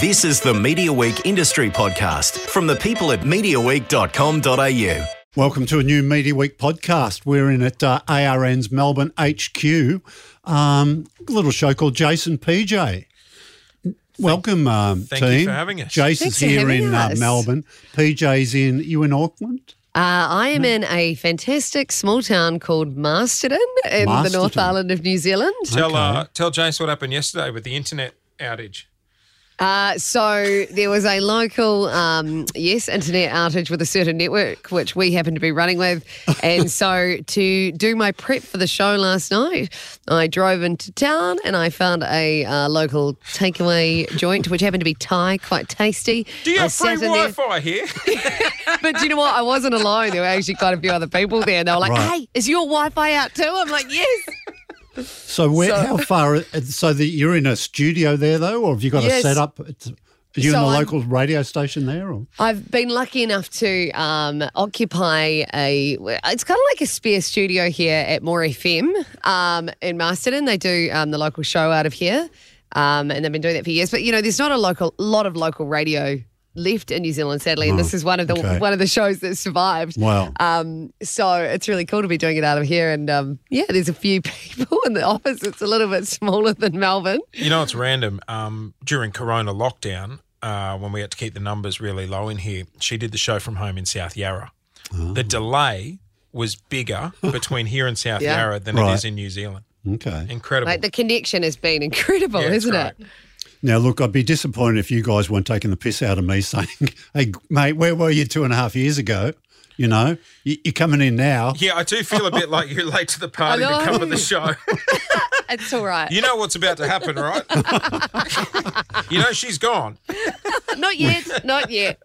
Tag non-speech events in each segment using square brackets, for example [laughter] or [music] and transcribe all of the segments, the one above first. This is the Media Week Industry Podcast from the people at MediaWeek.com.au. Welcome to a new Media Week podcast. We're in at uh, ARN's Melbourne HQ, um, a little show called Jason PJ. Welcome, um, thank you team. for having us. Jason's Thanks for here having in uh, us. Melbourne. PJ's in, you in Auckland? Uh, I am Hmm. in a fantastic small town called Masterton in the North Masterton. Island of New Zealand. Tell uh, tell Jace what happened yesterday with the internet outage. Uh, so there was a local, um, yes, internet outage with a certain network, which we happen to be running with. [laughs] And so to do my prep for the show last night, I drove into town and I found a uh, local takeaway joint, which happened to be Thai, quite tasty. Do you I have free sat in there- Wi-Fi [laughs] here? But do you know what? I wasn't alone. There were actually quite a few other people there. And they were like, Right. hey, is your Wi Fi out too? I'm like, yes. So, where, So- how far? uh, So, the, you're in a studio there, though, or have you got a Yes. setup? It's- Are you So in the I'm- local radio station there? Or? I've been lucky enough to um, occupy a. It's kind of like a spare studio here at More FM um, in Masterton. They do um, the local show out of here, um, and they've been doing that for years. But you know, there's not a local lot of local radio left in New Zealand, sadly. And this is one of the Hmm. okay. one of the shows that survived. Wow. Um, so it's really cool to be doing it out of here. And um, yeah, there's a few [laughs] people in the office. It's a little bit smaller than Melbourne. you know, it's random. Um, during Corona lockdown, uh, when we had to keep the numbers really low in here, she did the show from home in South Yarra. The delay was bigger between here and South Yeah. Yarra than Right. it is in New Zealand. Okay. Incredible. Like the connection has been incredible, Yeah, it's isn't great. it? Now, look, I'd be disappointed if you guys weren't taking the piss out of me [laughs] saying, hey, mate, where were you two and a half years ago? You know, you, you're coming in now. Yeah, I do feel a bit like you're late to the party [laughs] I to know. cover the [laughs] show. It's all right. you know what's about to happen, [laughs] right? you know she's gone. Not yet. Not yet.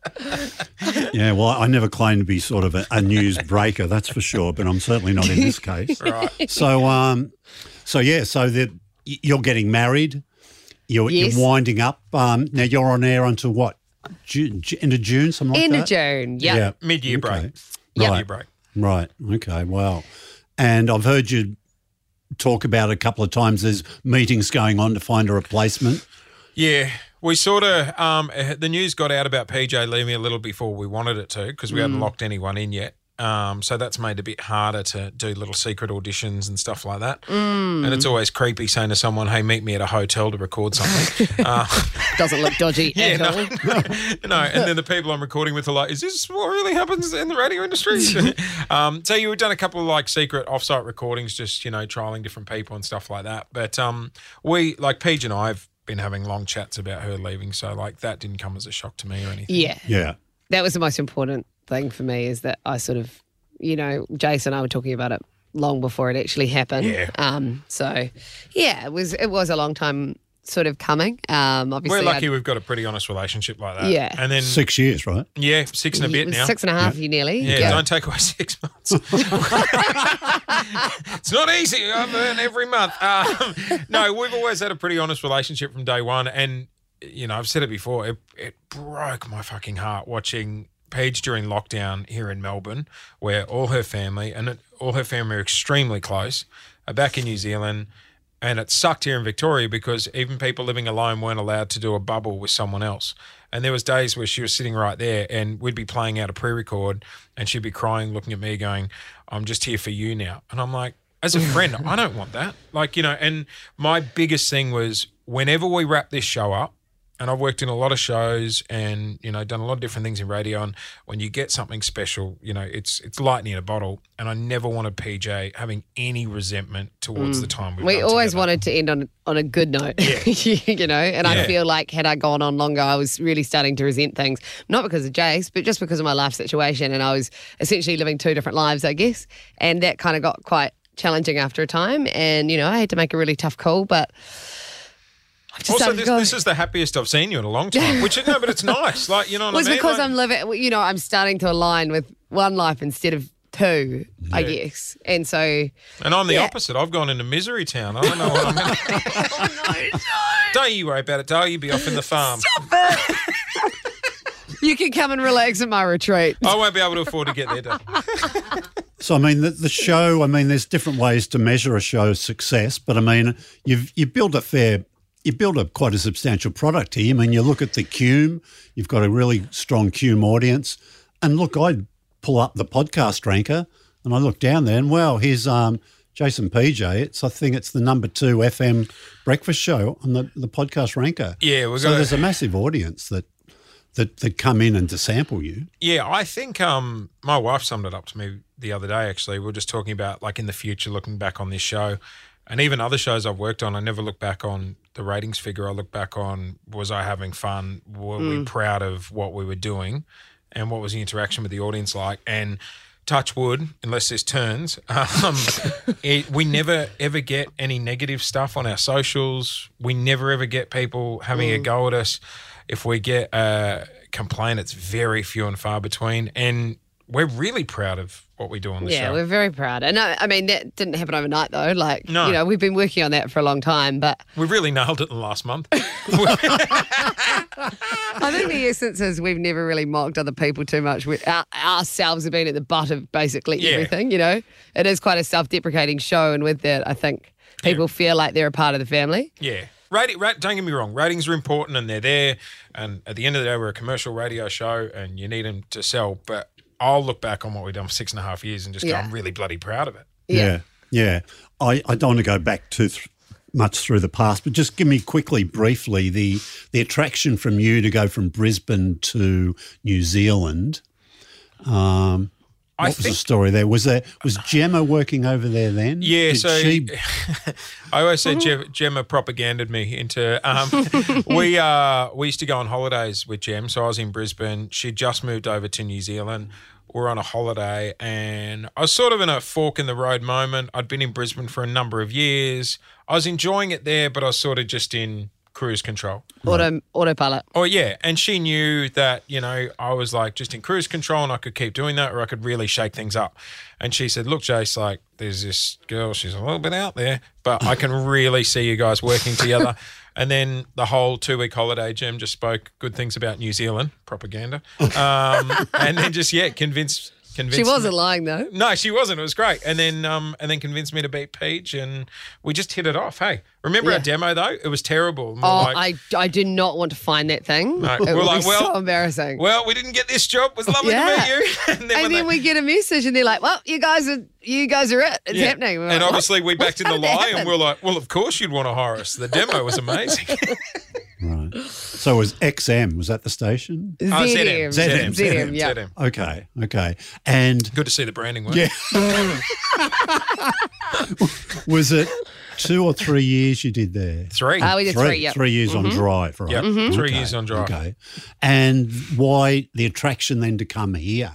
Yeah, well, I never claim to be sort of a, a news breaker, that's for sure, but I'm certainly not in this case. [laughs] Right. So, um, so yeah, so that y- you're getting married, you're, Yes. you're winding up. Um, now you're on air until what? June, end of June, something like End that. of June. Yep. Yeah, Mid-year break. Yep. Mid-year break. Right. Okay. Wow. And I've heard you talk about it a couple of times. There's meetings going on to find a replacement. Yeah, we sort of um, eh, the news got out about PJ leaving a little before we wanted it to because we hadn't locked anyone in yet. Um, so that's made it a bit harder to do little secret auditions and stuff like that. And it's always creepy saying to someone, "Hey, meet me at a hotel to record something." uh, Doesn't look dodgy [laughs] yeah, at no, all. no, uh, no. And then the people I'm recording with are like, "Is this what really happens in the radio industry?" um, so you've done a couple of like secret off-site recordings, just you know, trialing different people and stuff like that. But um, we like Paige and I have been having long chats about her leaving, so like that didn't come as a shock to me or anything. Yeah. Yeah. That was the most important thing for me is that I sort of, you know, Jason and I were talking about it long before it actually happened. Yeah. Um, so yeah, it was it was a long time sort of coming. Um obviously We're lucky I'd- we've got a pretty honest relationship like that. Yeah. and then Six years, right? yeah, six and a it bit was now. Six and a half you nearly. yeah, don't take away [laughs] six months. it's not easy. I've earned every month. Um, no, we've always had a pretty honest relationship from day one. And, you know, I've said it before, it, it broke my fucking heart watching Paige during lockdown here in Melbourne, where all her family and it, all her family are extremely close, are back in New Zealand. And it sucked here in Victoria because even people living alone weren't allowed to do a bubble with someone else. And there was days where she was sitting right there and we'd be playing out a pre-record and she'd be crying, looking at me going, I'm just here for you now. And I'm like, as a friend, I don't want that. Like, you know, and my biggest thing was whenever we wrap this show up, and I've worked in a lot of shows and, you know, done a lot of different things in radio. And when you get something special, you know, it's it's lightning in a bottle. And I never wanted PJ having any resentment towards the time we've We done always together. wanted to end on on a good note, [laughs] you know. And I Yeah. feel like had I gone on longer, I was really starting to resent things, not because of Jace, but just because of my life situation. And I was essentially living two different lives, I guess. And that kind of got quite challenging after a time. And you know, I had to make a really tough call, but I've just Also, started this, to go- this is the happiest I've seen you in a long time, which is, no, but [laughs] it's nice. Like, you know what was I mean? because Like- I'm living, you know, I'm starting to align with one life instead of two, I guess. And so, [laughs] And I'm the Yeah. opposite. I've gone into misery town. I don't know what I'm in. [laughs] [laughs] Don't you worry about it, Dale. You be off in the farm. you can come and relax at my retreat. I won't be able to afford to get [laughs] there, Dale. So I mean, the, the show. I mean, there's different ways to measure a show's success, but I mean, you've you built a fair you build up quite a substantial product here. I mean, you look at the Cume, you've got a really strong Cume audience. And look, I pull up the podcast ranker and I look down there and wow, here's um, Jason PJ. It's I think it's the number two FM breakfast show on the, the podcast ranker. Yeah, we've so got- there's a massive audience that that that come in and to sample you. Yeah, I think um, my wife summed it up to me the other day. Actually, we were just talking about like in the future, looking back on this show, and even other shows I've worked on. I never look back on the ratings figure. I look back on was I having fun? Were we proud of what we were doing, and what was the interaction with the audience like? And touch wood, unless this turns, [laughs] um, it, we never ever get any negative stuff on our socials. We never ever get people having Mm. a go at us. If we get a complaint, it's very few and far between. And we're really proud of what we do on the yeah, show. we're very proud. And I, I mean, that didn't happen overnight, though. Like, No. you know, we've been working on that for a long time, but We really nailed it in the last [laughs] month. I think the essence is we've never really mocked other people too much. We, our, ourselves have been at the butt of basically Yeah. everything, you know? It is quite a self deprecating show. And with that, I think people feel like they're a part of the family. Yeah. Rati- ra- don't get me wrong. Ratings are important and they're there. And at the end of the day, we're a commercial radio show and you need them to sell. But I'll look back on what we've done for six and a half years and just Yeah. go, I'm really bloody proud of it. Yeah. yeah. I, I don't want to go back too th- much through the past, but just give me quickly, briefly, the the attraction from you to go from Brisbane to New Zealand. Um, I what was the think- story there? Was there was Gemma working over there then? Yeah, Did so she- [laughs] I always said Gem, Gemma propaganded me into. Um, we uh, we used to go on holidays with Gem, so I was in Brisbane. She just moved over to New Zealand. We're on a holiday, and I was sort of in a fork in the road moment. I'd been in Brisbane for a number of years. I was enjoying it there, but I was sort of just in cruise control. Auto, autopilot. Oh yeah, and she knew that you know I was like just in cruise control and I could keep doing that, or I could really shake things up. And she said, "Look, Jace, like there's this girl. She's a little bit out there, but I can really see you guys working together." And then the whole two week holiday, Jim just spoke good things about New Zealand propaganda, um, and then just yeah, convinced convinced. She wasn't me- lying, though. No, she wasn't. It was great. And then um and then convinced me to beat Peach, and we just hit it off. Hey, remember our Yeah. demo though? It was terrible. We were Oh, like- I, I did not want to find that thing. No. [laughs] It We're would like, be well- so embarrassing. Well, we didn't get this job. It was lovely Yeah. to meet you. [laughs] and then, when and then they- we get a message, and they're like, "Well, you guys are you guys are it. It's Yeah. happening." We're and like, obviously, we What? backed in the How did [laughs] that lie, and happen? we are like, "Well, of course you'd want to hire us." The demo was [laughs] amazing. right. So it was XM. Was that the station? "What?" Oh, ZM, ZM, ZM, yeah. ZM. Okay, okay. And Good to see the branding work. Yeah. was it two or three years you did there? three. Oh, we did three. Mm-hmm. yeah. three years on drive, right? Mm-hmm. Yep, three years on drive. Okay, and why the attraction then to come here?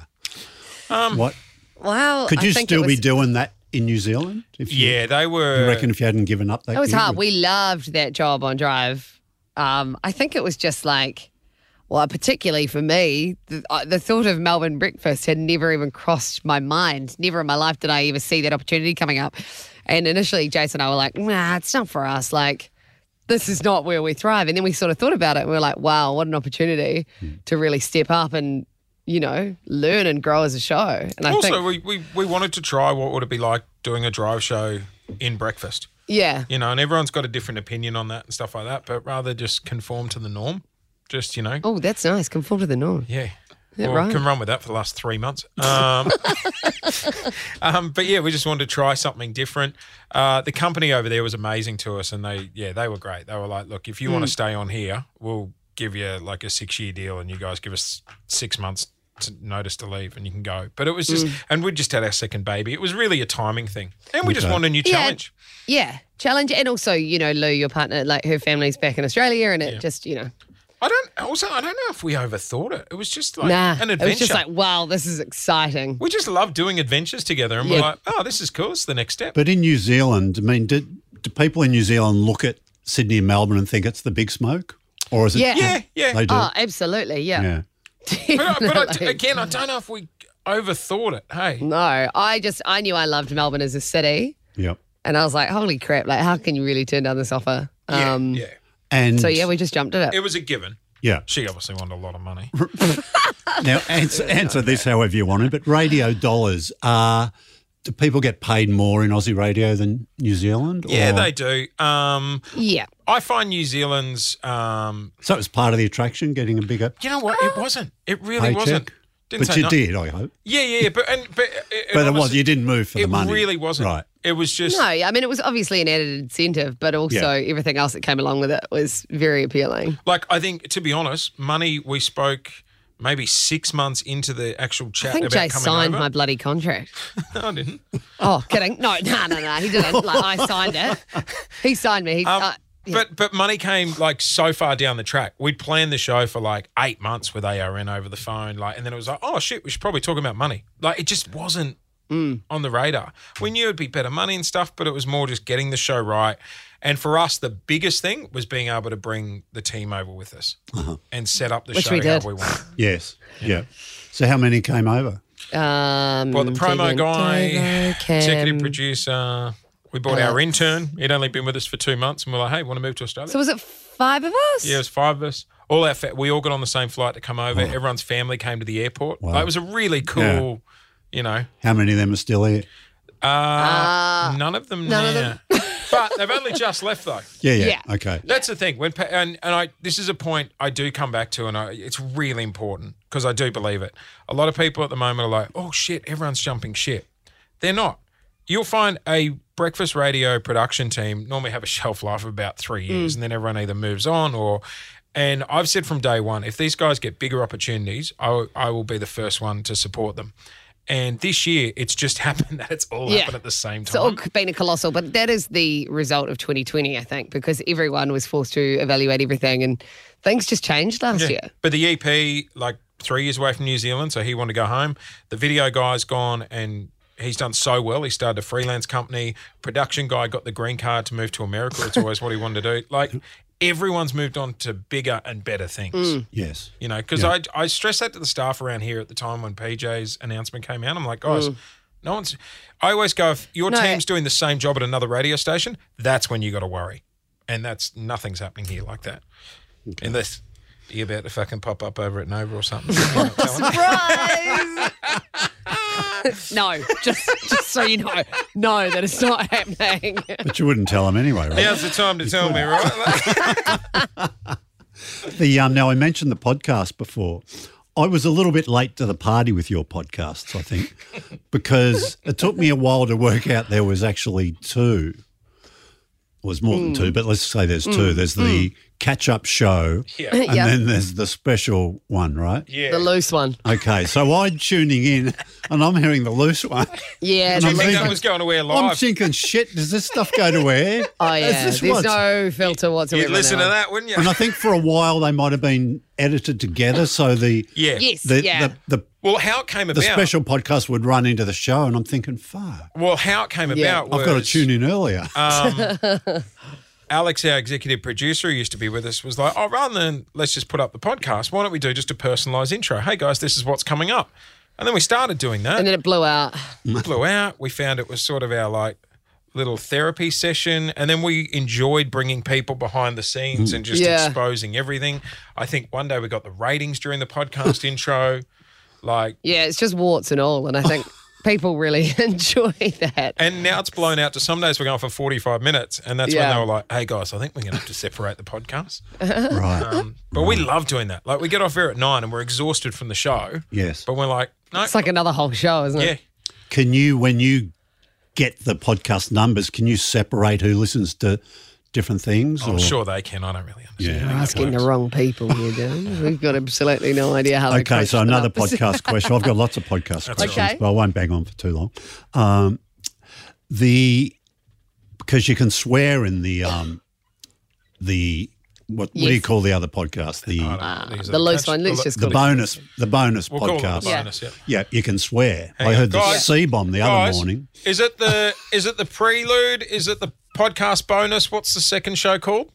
Um, what Wow. could I you think still it was, be doing that in New Zealand? If you, yeah, they were. you reckon if you hadn't given up that, It was gig, hard. would- We loved that job on Drive. Um, I think it was just like, well, particularly for me, the, uh, the thought of Melbourne breakfast had never even crossed my mind. Never in my life did I ever see that opportunity coming up. And initially, Jason and I were like, nah, it's not for us. Like, this is not where we thrive. And then we sort of thought about it and we were like, wow, what an opportunity to really step up and, you know, learn and grow as a show. And I also, think, we, we we wanted to try what would it be like doing a drive show in breakfast. yeah. You know, and everyone's got a different opinion on that and stuff like that. But rather just conform to the norm. Just you know, Oh, that's nice. Conform to the norm. Yeah. Yeah, well, right. can run with that for the last three months. [laughs] Um, um, but yeah, we just wanted to try something different. Uh, the company over there was amazing to us, and they yeah they were great. They were like, look, if you Hmm. want to stay on here, we'll give you like a six year deal, and you guys give us six months to notice to leave, and you can go. But it was Hmm. just, and we just had our second baby. It was really a timing thing, and we just Okay. wanted a new Yeah. challenge. Yeah, challenge, and also you know Lou, your partner, like her family's back in Australia, and it just you know, I don't also I don't know if we overthought it. It was just like nah, an adventure. it was just like wow, this is exciting. we just love doing adventures together, and we're Yeah. like, oh, this is cool. It's the next step. but in New Zealand, I mean, did do people in New Zealand look at Sydney and Melbourne and think it's the big smoke, or is it? Yeah. Yeah, yeah. they do. Oh, absolutely, yeah. [laughs] yeah. but uh, [laughs] I, but I, Definitely. again, I don't know if we overthought it. Mm, Hey, no, I just I knew I loved Melbourne as a city, Yep. and I was like, holy crap, like how can you really turn down this offer? Um, yeah, um, yeah. And So yeah, we just jumped at it. It was a given. yeah. She obviously wanted a lot of money. [laughs] Now, answer, answer this however you want it, but radio dollars are. uh, do people get paid more in Aussie radio than New Zealand? Yeah, or- they do. Um, Yeah. I find New Zealand's, um, So it was part of the attraction, getting a bigger you know what? It wasn't. It really Ah. paycheck. wasn't. Didn't but say you no- did, I hope. Yeah, yeah, yeah, but and but, But it was honestly, you didn't move for the it money. really wasn't. Right. It was just No, I mean, it was obviously an added incentive, but also Yeah. everything else that came along with it was very appealing. Like, I think, to be honest, money we spoke maybe six months into the actual chat I think about Jay coming signed over. my bloody contract. [laughs] no, I didn't. Oh, kidding. No, no, no, no. He didn't. [laughs] Like, I signed it. He signed me. He, Um, uh, yeah. But but money came like so far down the track. We'd planned the show for like eight months with ARN over the phone, like, and then it was like, oh shit, we should probably talk about money. Like, it just wasn't Mm. on the radar. We knew it'd be better money and stuff, but it was more just getting the show right. And for us, the biggest thing was being able to bring the team over with us and set up the Uh-huh. Which show we how did. we wanted. Yes. Yeah. So how many came over? Um, Well, the promo David, guy, David, Uh, Cam. executive producer. We bought our intern. He'd only been with us for two months, and we're like, "Hey, want to move to Australia?" So was it five of us? yeah, it was five of us. All our fa- we all got on the same flight to come over. Everyone's family came to the airport. Like, it was a really cool, you know. How many of them are still here? Uh, none of them. none of now. but they've only just left though. Yeah, yeah. Yeah. Okay. That's the thing. When pa- and and I this is a point I do come back to, and I, it's really important because I do believe it. A lot of people at the moment are like, "Oh shit, everyone's jumping shit." They're not. You'll find a breakfast radio production team normally have a shelf life of about Hmm. three years, and then everyone either moves on or. And I've said from day one, if these guys get bigger opportunities, I will- I will be the first one to support them. And this year, it's just [laughs] happened that it's all Yeah. happened at the same It's time. all oh, been a colossal, but that is the result of 2020, I think, because everyone was forced to evaluate everything and things just changed last Yeah. year. But the EP, like three years away from New Zealand, so he wanted to go home. The video guy's gone and he's done so well. He started a freelance company. Production guy got the green card to move to America. It's always what he wanted to do. Like everyone's moved on to bigger and better things. Yes. You know, because I, I stressed that to the staff around here at the time when PJ's announcement came out. I'm like, guys, Mm. no one's. I always go, if your No. team's doing the same job at another radio station, that's when you got to worry. And that's nothing's happening here like that. Unless you're about to fucking pop up over at Nova [laughs] or something. You know, telling- Surprise! no, [laughs] just just so you know, no, that it's not happening. But you wouldn't tell them anyway, right? Now's the time to tell me, [laughs] right? The um, now I mentioned the podcast before. I was a little bit late to the party with your podcasts, I think, [laughs] because it took me a while to work out there was actually two. Well, there's more than Hmm. two, but let's say there's two. There's the catch-up [laughs] show, yeah. and yeah, then there's the special one, right? Yeah. the loose one. Okay, so I'm tuning in, and I'm hearing the loose one. Yeah, Do the you think loose that one. was going to air I'm live? thinking, shit, does this stuff go to air? [laughs] Oh Is yeah, this there's what's- no filter whatsoever. You'd listen now. to that, wouldn't you? And I think for a while they might have been edited together, so the Yeah. Yes, the, yeah. the, the Well, how it came the about? special podcast would run into the show, and I'm thinking, fuck, well, how it came Yeah. about was. I've got to tune in earlier. Uh, Um, Alex, our executive producer, who used to be with us, was like, oh, rather than let's just put up the podcast, why don't we do just a personalized intro? Hey, guys, this is what's coming up. And then we started doing that. and then it blew out. it blew out. We found it was sort of our like little therapy session. And then we enjoyed bringing people behind the scenes and just Yeah. exposing everything. I think one day we got the ratings during the [laughs] podcast intro. Like, Yeah, it's just warts and all, and [laughs] I think people really [laughs] enjoy that. and now it's blown out to some days we're going for 45 minutes. And that's when Yeah. they were like, hey, guys, I think we're going to have to separate the podcast. [laughs] right. Um, But we Mm. love doing that. Like we get off air at nine and we're exhausted from the show. yes. But we're like, no, It's like another whole show, isn't yeah, it? Can you, when you get the podcast numbers, can you separate who listens to different things? I'm or- Oh, sure they can. I don't really understand. You're Yeah. asking the wrong people here, [laughs] Dan. We've got absolutely no idea how. they Okay, so crunch them another up. podcast question. I've got [laughs] lots of podcast questions, Okay. but I won't bang on for too long. Um, the because you can swear in the um, the what, what do you Yes. call the other podcast? The I don't- these are the loose catch- one. Let's lo- just the call it. bonus the bonus We'll call it podcast. the bonus. Yeah. Yeah, you can swear. Hang I on. heard the Guys. C bomb the other Guys, morning. is it the [laughs] is it the prelude? Is it the podcast bonus? What's the second show called?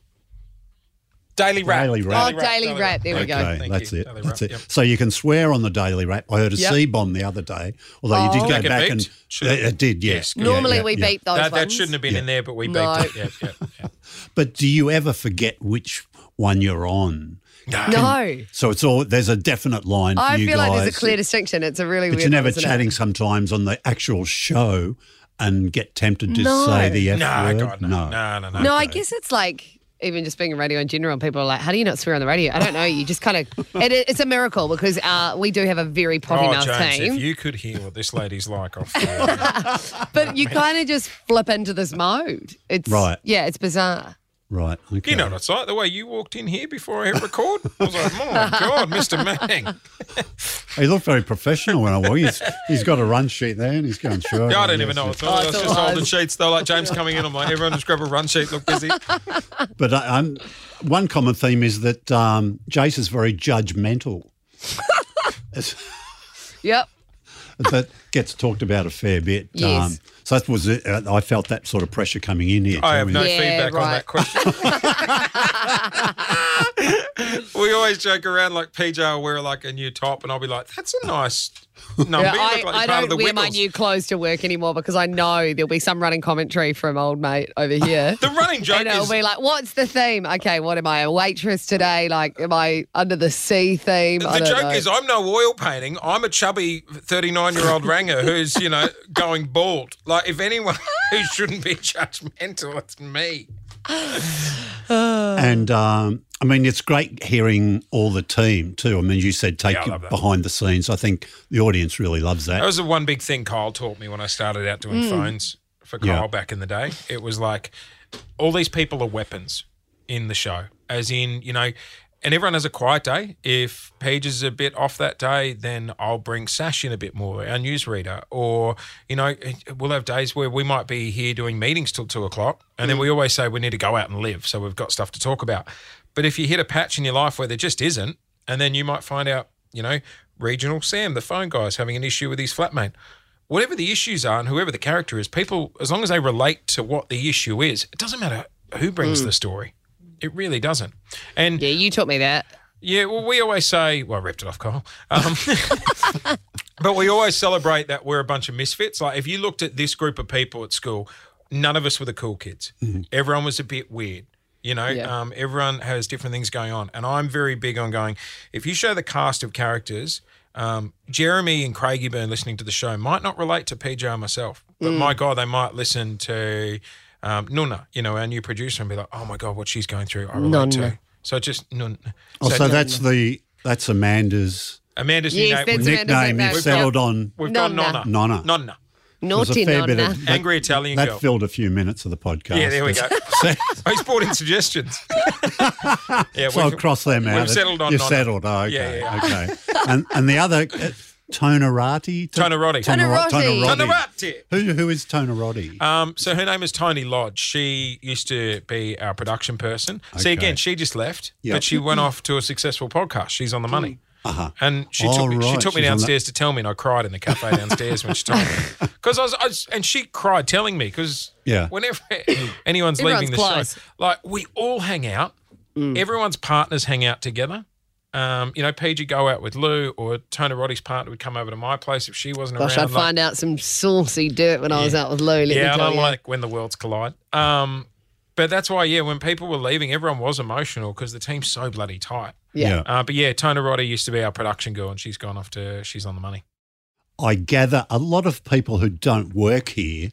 Daily Wrap. Daily Wrap. Oh, Daily Wrap. There we go. Okay, Thank that's you. it. Daily That's it. Wrap, yep. So you can swear on the daily rap. I heard a C Yep. bomb the other day, although you Oh. did go Like a back beat? and Should- it, it did. Yes, Yeah, Normally yeah, we yeah. beat those That, that ones. shouldn't have been in there, but we No. beeped it. Yeah, yeah, yeah. But do you ever forget which one you're on? No. [laughs] No. So it's all there's a definite line for I you feel guys. like there's a clear distinction. It's a really but weird you're never one, isn't it? chatting sometimes on the actual show and get tempted to No. say the F No, word. God, no. No, no, no. No, I guess it's like even just being a radio in general, people are like, how do you not swear on the radio? I don't know. You just kind of, it, it's a miracle because uh, we do have a very potty Oh, mouth James, team. if you could hear what this lady's like off [laughs] the but you kind of just flip into this mode. It's Right. Yeah, it's bizarre. Right. Okay. You know what it's like, the way you walked in here before I hit record. I was like, my God, Mr. Manning. He looked very professional when I was. He's, he's got a run sheet there and he's going sure. [laughs] Yeah, I don't even know what it's Oh, like. it's It's all just lies. holding sheets, though. Like James coming in, I'm like, everyone just grab a run sheet, look busy. But I, I'm, one common theme is that um, Jace is very judgmental. It's- Yep. [laughs] that gets talked about a fair bit. um, Yes. so that was it. Uh, I felt that sort of pressure coming in here. I too, have with- no Yeah, feedback on right. that question. [laughs] we always joke around like PJ will wear like a new top, and I'll be like, "That's a nice number." Yeah, you I, look like I you're part of don't the wear my Wiggles." new clothes to work anymore because I know there'll be some running commentary from old mate [laughs] over here. The [laughs] running joke and it'll is be like, what's the theme? Okay, what am I, a waitress today? Like, am I under the sea theme? I the don't joke know. is I'm no oil painting. I'm a chubby 39 year old ranger who's you know [laughs] going bald. Like if anyone [laughs] who shouldn't be judgmental, it's me. And um, I mean, it's great hearing all the team too. I mean, you said take Yeah, I love that. behind the scenes. I think the audience really loves that. That was the one big thing Kyle taught me when I started out Hmm. doing phones for Kyle Yeah. back in the day. It was like all these people are weapons in the show, as in, you know, and everyone has a quiet day. If Paige is a bit off that day, then I'll bring Sash in a bit more, our newsreader. Or, you know, we'll have days where we might be here doing meetings till two o'clock. And then we always say we need to go out and live. So we've got stuff to talk about. But if you hit a patch in your life where there just isn't, and then you might find out, you know, regional Sam, the phone guy, is having an issue with his flatmate. Whatever the issues are and whoever the character is, people, as long as they relate to what the issue is, it doesn't matter who brings the story. It really doesn't. And yeah, yeah, you taught me that. well, we always say, well, I ripped it off, Kyle. Um, but we always celebrate that we're a bunch of misfits. Like, if you looked at this group of people at school, none of us were the cool kids. Mm-hmm. Everyone was a bit weird. You know, Yeah. um, everyone has different things going on. And I'm very big on going, if you show the cast of characters, um, Jeremy and Craigie Byrne listening to the show might not relate to PJ and myself, but Mm. my God, they might listen to um, Nuna, you know, our new producer, and be like, oh my God, what she's going through, I relate to. Nunna. So just Nuna. oh, so that's the that's Amanda's Amanda's new Yes, name. that's- Amanda's nickname. nickname. You've settled on. We've got Nonna. Nonna. Nonna. Nonna. There's a Naughty, fair bit nonna. of that, Angry Italian that girl. filled a few minutes of the podcast. yeah, there [laughs] we go. Oh, He's brought in suggestions. yeah, So I'll we've- cross them out. We've settled on You're Nonna. settled. Oh, okay. Yeah, yeah, Okay. And, and the other, uh, Tonerati? [laughs] Tonerati. Tonera- Tonerati. Tonerati. Nonna. Who, who is Tonerati? Um, so her name is Tony Lodge. She used to be our production person. See, Okay. again, she just left, Yeah. but she went off to a successful podcast. She's on the money. Uh-huh. And she All took me, she right, took me she's on that- downstairs to tell me, and I cried in the [laughs] cafe downstairs when she told me. Because I was, I was, and she cried telling me because Yeah. whenever [laughs] anyone's leaving the Everyone's close. show, like we all hang out. Mm. Everyone's partners hang out together. Um, you know, PG go out with Lou, or Tony Roddy's partner would come over to my place if she wasn't Gosh, around. I'd like- find out some saucy dirt when I was out with Lou. Let me yeah, I tell don't you. like when the worlds collide. Um, but that's why, yeah, when people were leaving, everyone was emotional because the team's so bloody tight. yeah. Uh, but yeah, Tona Roddy used to be our production girl, and she's gone off to she's on the money. I gather a lot of people who don't work here,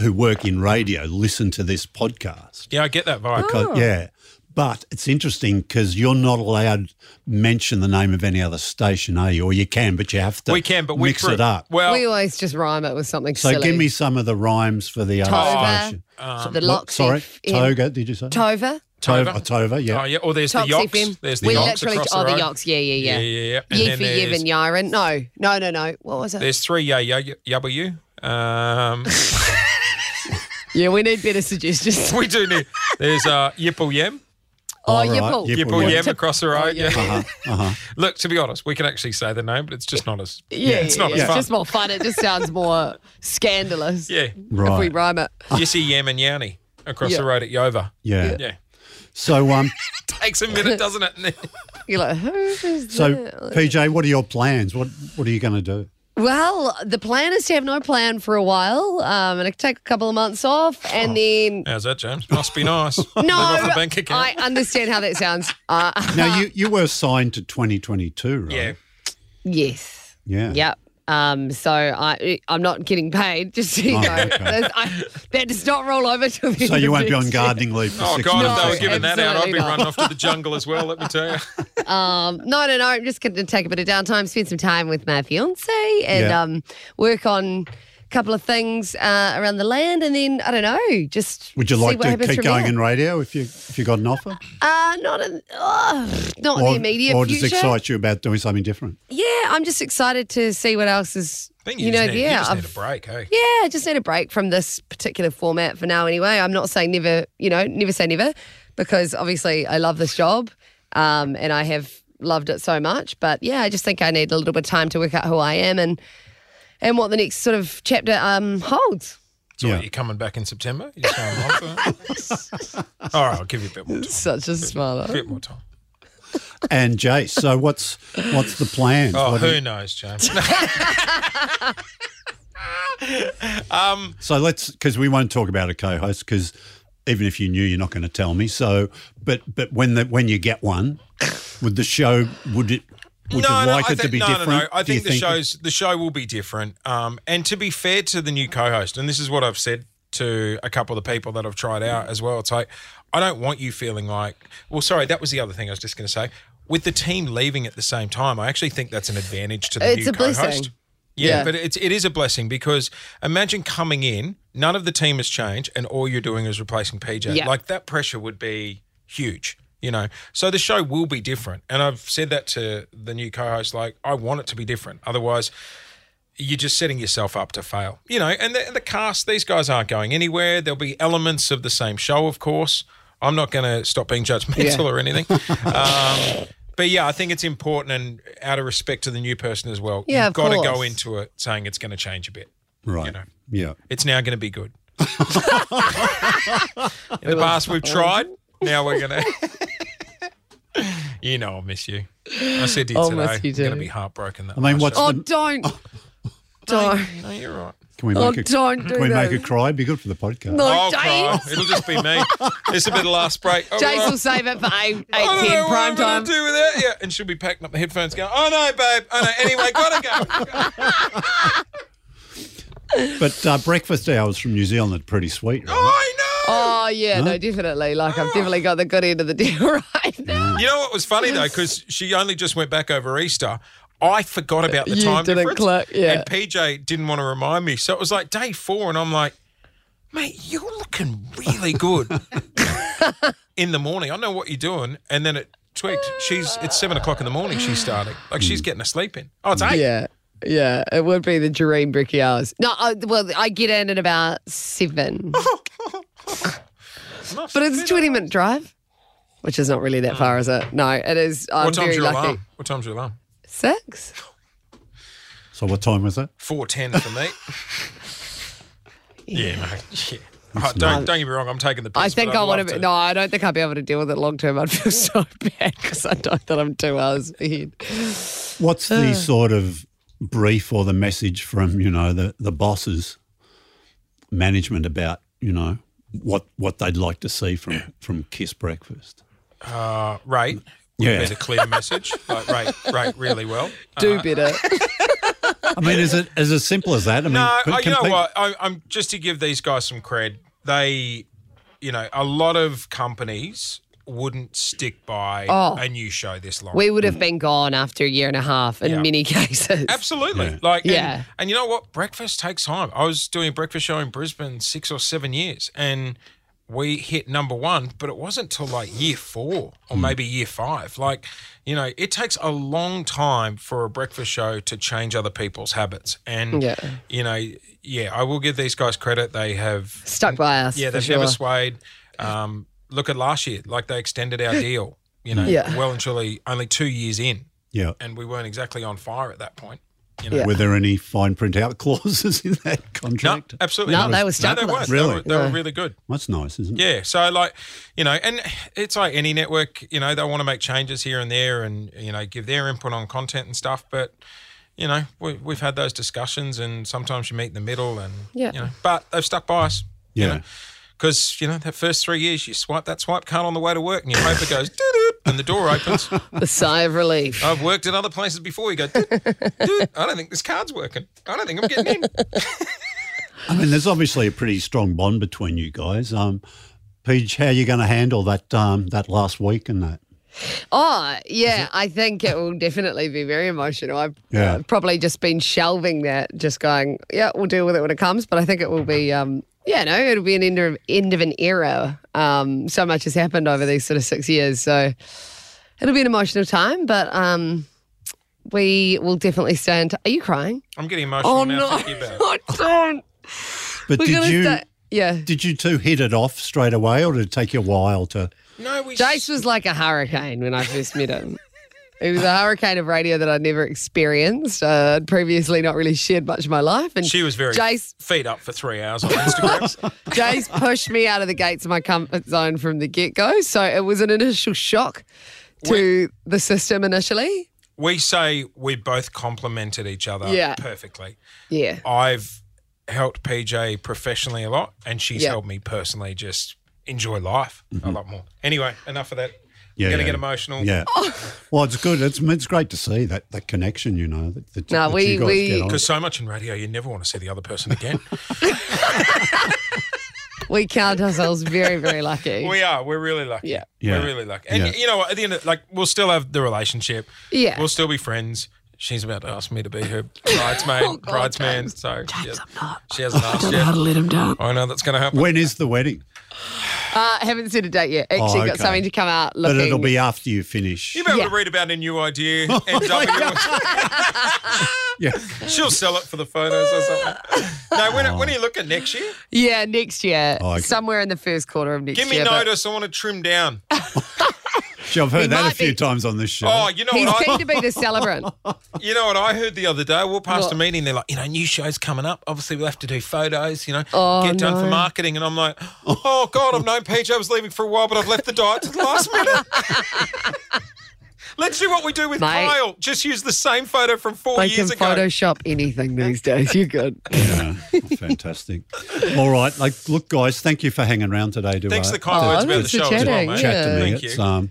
who work in radio, listen to this podcast. Yeah, I get that vibe. Because, Oh. Yeah. But it's interesting because you're not allowed to mention the name of any other station, are you? Or you can, but you have to we can, but we mix prove- it up. Well, we always just rhyme it with something So silly. give me some of the rhymes for the other Tova. station. the What- locks. Sorry, in- Toga, did you say? Tova. Tova, um, Tova. oh, Tova yeah. oh yeah, or there's Tops the yoks. FM. There's the we yoks literally. across oh, the, the road. Yoks. Yeah, yeah, yeah, yeah. yeah, yeah. And Ye then for Yev there's, and Yiren. No, no, no, no. What was it? there's three yeah yeah yeah you. Um, [laughs] Yeah, we need [laughs] better suggestions. we do need. There's uh yipple yem, Oh, All right, Yipple. Yipple, yipple yeah. yem across the road. [laughs] yeah. Yeah. Uh-huh. Look, to be honest, we can actually say the name, but it's just not as Yeah, it's not as It's fun. just more fun. It just sounds more scandalous. Yeah. If we Right. rhyme it. You see Yam and Yanni across Yeah. the road at Yova. Yeah. Yeah. So, um, Takes a [laughs] minute, doesn't it? You're like, who is so that? [laughs] PJ, what are your plans? What What are you going to do? Well, the plan is to have no plan for a while um, and take a couple of months off and then. How's that, James? Must be nice. [laughs] No, Live off the bank account. I understand how that sounds. Uh, Now you you were signed to 2022, right? yeah. yes. Yeah. Yep. Um, so I, I'm not getting paid. Just so you Oh, know, okay. [laughs] That's- I- that does not roll over till the So end you of won't be on [laughs] next year. gardening leave for Oh six God! months. if they No, were [laughs] giving that out, I'd be absolutely running off to the jungle as well. Let me tell you. [laughs] Um, no, no, no. I'm just going to take a bit of downtime, spend some time with my fiance, and Yeah. um, work on a couple of things uh, around the land, and then I don't know. Just Would you see like what to happens keep from going there. in radio if you if you got an offer? Uh, not in, oh, not in the immediate or future. does it excite you about doing something different? Yeah, I'm just excited to see what else is. I think you, know, just need, yeah, you just need I've- a break, hey? yeah, I just need a break from this particular format for now. Anyway, I'm not saying never. You know, never say never, because obviously I love this job, um, and I have loved it so much. But yeah, I just think I need a little bit of time to work out who I am and and what the next sort of chapter um, holds. So Yeah. what, you're coming back in September? You just going on for [laughs] it? All right, I'll give you a bit more time. Such a A smarter. bit more time. And Jace, so what's what's the plan? Oh, What do who you- knows, [laughs] James? so let's because we won't talk about a co-host because even if you knew, you're not going to tell me. So, but but when the when you get one, would the show would it would you like I it to think- be no, different? No, no, I Do you think the shows the show will be different. Um, and to be fair to the new co-host, and this is what I've said to a couple of the people that I've tried out as well. It's like I don't want you feeling like. Well, sorry, that was the other thing I was just going to say. With the team leaving at the same time, I actually think that's an advantage to the It's new a co-host. blessing. Yeah, Yeah. but it's it is a blessing because imagine coming in, none of the team has changed, and all you're doing is replacing PJ. Yeah. Like that pressure would be huge, you know. So the show will be different, and I've said that to the new co-host. Like I want it to be different, otherwise. You're just setting yourself up to fail, you know. And the, the cast; these guys aren't going anywhere. There'll be elements of the same show, of course. I'm not going to stop being judgmental or [laughs] anything. Um, but yeah, I think it's important, and out of respect to the new person as well. Yeah, you've of got to go course. into to it saying it's going to change a bit. right? you know. Yeah. It's now going to be [laughs] good. In the past, we've tried. Now we're going to. [laughs] you know, I'll miss you. I said to you I'll today, miss you I'm going to too. be heartbroken. That I mean, what's Oh, the- don't, don't, No, you're right. can we make oh, a, don't do can we that. make a cry? It'd be good for the podcast. No. Oh, I'll cry. James. It'll just be me. It's a bit of last break. [laughs] Oh, Jace well, will save it for [laughs] eight, eight I don't know ten what I'm prime going time. to do with that. Yeah, and she'll be packing up the headphones, going, "Oh no, babe. Oh no. Anyway, gotta [laughs] go." But uh, breakfast hours from New Zealand are pretty sweet, right? I know. Oh yeah, no, definitely. Like I've definitely got the good end of the deal [laughs] right now. You know what was funny though, because she only just went back over Easter. I forgot about the You time didn't difference, click, yeah. and PJ didn't want to remind me, so it was like day four, and I'm like, "Mate, you're looking really good [laughs] in the morning. I know what you're doing." And then it tweaked. She's it's seven o'clock in the morning. She's starting like Mm. she's getting a sleep in. Oh, it's eight. Yeah, yeah, it would be the dream bricky hours. No, I, well, I get in at about [laughs] seven, Oh, Must but it's be a nice. twenty-minute drive, which is not really that far, is it? No, it is. I'm Hmm. What time's very your lucky. alarm? What time's your alarm? [laughs] Six. So what time was it? Four ten for me. yeah, mate. Yeah. Oh, don't don't get me wrong. I'm taking the. Piss, I but think I'd I want love to. No, I don't think I'll be able to deal with it long term. I'd feel [laughs] so bad because I know that I'm two hours ahead. What's Uh. the sort of brief or the message from you know the the bosses, management about you know what what they'd like to see from from Kiss Breakfast? Uh, right. Would Yeah. be the [laughs] clear message. Like, right, right, really well. Do [laughs] better. I mean, is it as as simple as that? I mean, Uh, No, but I- you can know pe- what? I, I'm just to give these guys some cred. They, you know, a lot of companies wouldn't stick by Oh. a new show this long. we would have been gone after a year and a half in Yeah. many [laughs] cases. Absolutely. Like, and- Yeah. And, you know what? Breakfast takes time. I was doing a breakfast show in Brisbane six or seven years, and we hit number one, but it wasn't till like year four or maybe year five. Like, you know, it takes a long time for a breakfast show to change other people's habits. And, Yeah. you know, yeah, I will give these guys credit. They have Stuck by us. yeah, for they've sure. never swayed. Um, look at last year, like they extended [laughs] our deal, you know, Yeah. well and truly only two years in, Yeah. and we weren't exactly on fire at that point. You know, Yeah. Were there any fine print out [laughs] clauses in that no, contract? absolutely. No, not. they were stuck No, they with weren't. us. They Really? were, they were No. really good. That's nice, isn't it? Yeah. So like, you know, and it's like any network, you know, they want to make changes here and there, and you know, give their input on content and stuff, but. you know, we, we've had those discussions, and sometimes you meet in the middle, and Yeah. you know, but they've stuck by us. Yeah. You know? Because you know that first three years, you swipe that swipe card on the way to work, and your paper goes [laughs] doo doo, and the door opens. The sigh of relief. I've worked at other places before. You go, dude, dude, I don't think this card's working. I don't think I'm getting in. I mean, there's obviously a pretty strong bond between you guys. Um, Peach, how are you going to handle that um, that last week and that? Oh, yeah, I think it will definitely be very emotional. I've Yeah. uh, probably just been shelving that, just going, yeah, we'll deal with it when it comes. But I think it will be, um, yeah, no, it'll be an end of, end of an era. Um, so much has happened over these sort of six years. So it'll be an emotional time, but um, we will definitely stay in t- Are you crying? I'm getting emotional Oh, now no. thinking [laughs] about it. I don't. But We're did gonna you stay- Yeah. did you two hit it off straight away, or did it take you a while to? No, we Jace was like a hurricane when I first met him. He was a hurricane of radio that I'd never experienced. Uh, I'd previously not really shared much of my life. And She was very Jace, feet up for three hours on [laughs] Instagram. Jace pushed me out of the gates of my comfort zone from the get go. So it was an initial shock to the system initially. we say we both complemented each other Yeah. perfectly. Yeah. I've helped PJ professionally a lot, and she's Yeah. helped me personally just enjoy life a lot more. Anyway, enough of that. Mm-hmm. Yeah, I'm gonna yeah. get emotional. Yeah. Oh. Well, it's good. It's it's great to see that that connection. You know that, that, No, that we- you guys we- get on. Because so much in radio, you never want to see the other person again. [laughs] We count ourselves very, very [laughs] lucky. we are. We're really lucky. Yeah. Yeah. We're really lucky. And Yeah. you know what? At the end of like, we'll still have the relationship. Yeah. We'll still be friends. She's about to ask me to be her [laughs] bridesmaid, Oh, God, bridesman. James. So yeah. I'm not. she hasn't asked [laughs] How yet. to let him down. I know that's going to happen. When is the wedding? Uh, haven't said a date yet. Actually, got Oh, okay. something to come out But looking. it'll be after you finish. You'll be able Yeah. Oh to read about a new [laughs] idea. NW. Yeah. [laughs] She'll sell it for the photos or something. No, when, when are Oh. you looking next year? yeah, next year, Oh, okay. somewhere in the first quarter of next Give me year. but- notice. I want to trim down. Gee, I've heard We that a might few be- times on this show. Oh, you know He's what? I, keen to be the celebrant. [laughs] [laughs] you know what I heard the other day. I walked past What? a meeting. They're like, you know, new show's coming up. Obviously, we'll have to do photos. You know, Oh, get done no. for marketing. And I'm like, oh god, I've known Peach. I was leaving for a while, but I've left the diet to the last [laughs] minute. Let's do what we do with Mate. Kyle. Just use the same photo from four They can years ago. Photoshop anything these days. You're good. [laughs] Yeah, Oh, fantastic. All right, like, look, guys, thank you for hanging around today. To, Thanks uh, for the kind words Oh, about the thanks show for as well, mate. chatting, to chat to Yeah. me. Thank it's you. um,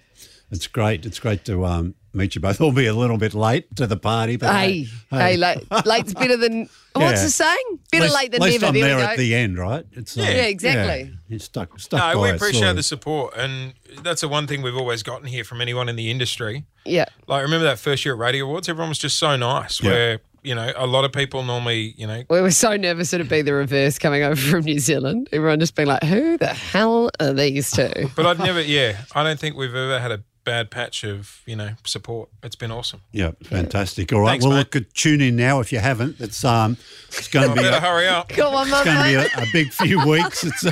it's great. It's great to um meet you both. I'll be a little bit late to the party, but hey, hey, late, late's better than what's Yeah. the saying? Better least, late than least never. I'm there there we go. at the end, right? It's, uh, Yeah, exactly. Yeah, it's stuck, stuck. [laughs] No, by we it, appreciate sorry. the support, and that's the one thing we've always gotten here from anyone in the industry. yeah, Like, remember that first year at Radio Awards? Everyone was just so nice. Yeah. Where you know, a lot of people normally, you know, we were so nervous it'd be the reverse coming over from New Zealand. Everyone just being like, "Who the hell are these two? But I've never, yeah, I don't think we've ever had a bad patch of, you know, support. It's been awesome. Yeah, fantastic. All right, Thanks, well, mate. look, good- tune in now if you haven't. It's um, it's going to be Better it's hurry up. Come on, mum. going Uh, to be a, a big few weeks. It's uh,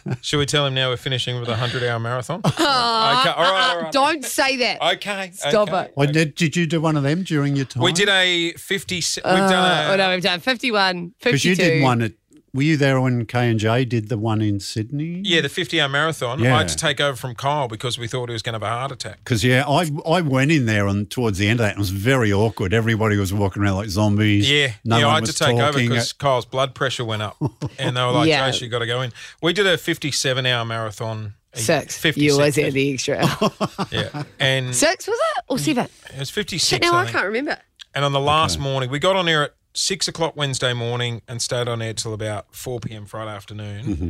[laughs] Should we tell him now we're finishing with a 100 hour [laughs] marathon? okay, all right, uh, all right. Uh-uh, Don't say that. Okay. Stop okay. it. Well, did, did you do one of them during your time? We did a 50, we've Uh, oh done a, no, we've done 51, 52. because you did one at. Were you there when K and J did the one in Sydney? yeah, the 50 hour marathon. Yeah. I had to take over from Kyle because we thought he was going to have a heart attack. Because yeah, I I went in there and towards the end of that, it was very awkward. Everybody was walking around like zombies. Yeah, no yeah. one I had was to take over talking. because Kyle's blood pressure [laughs] went up, and they were like, Yeah. "Jace, you got to go in." We did a fifty-seven hour marathon. a- Six. You always had the extra. [laughs] hour. yeah, and [laughs] Six was it or seven? it was fifty-six. Shit, now I I think. can't remember. And on the last morning, we got on air at six o'clock Wednesday morning and stayed on air till about 4 p.m. Friday afternoon. Mm-hmm.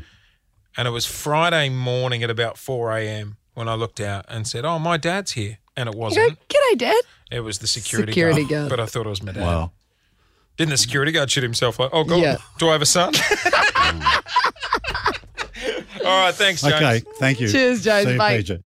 And it was Friday morning at about 4 a.m. when I looked out and said, Oh, my dad's here. And it Go, wasn't. g'day, Dad. It was the security, Security [laughs] guard. guard. But I thought it was my dad. Wow. Didn't the security guard shoot himself? Like, oh, God, Yeah. do I have a son? [laughs] All right, thanks, James. Okay, thank you. Cheers, James. See you, Bye. PJ.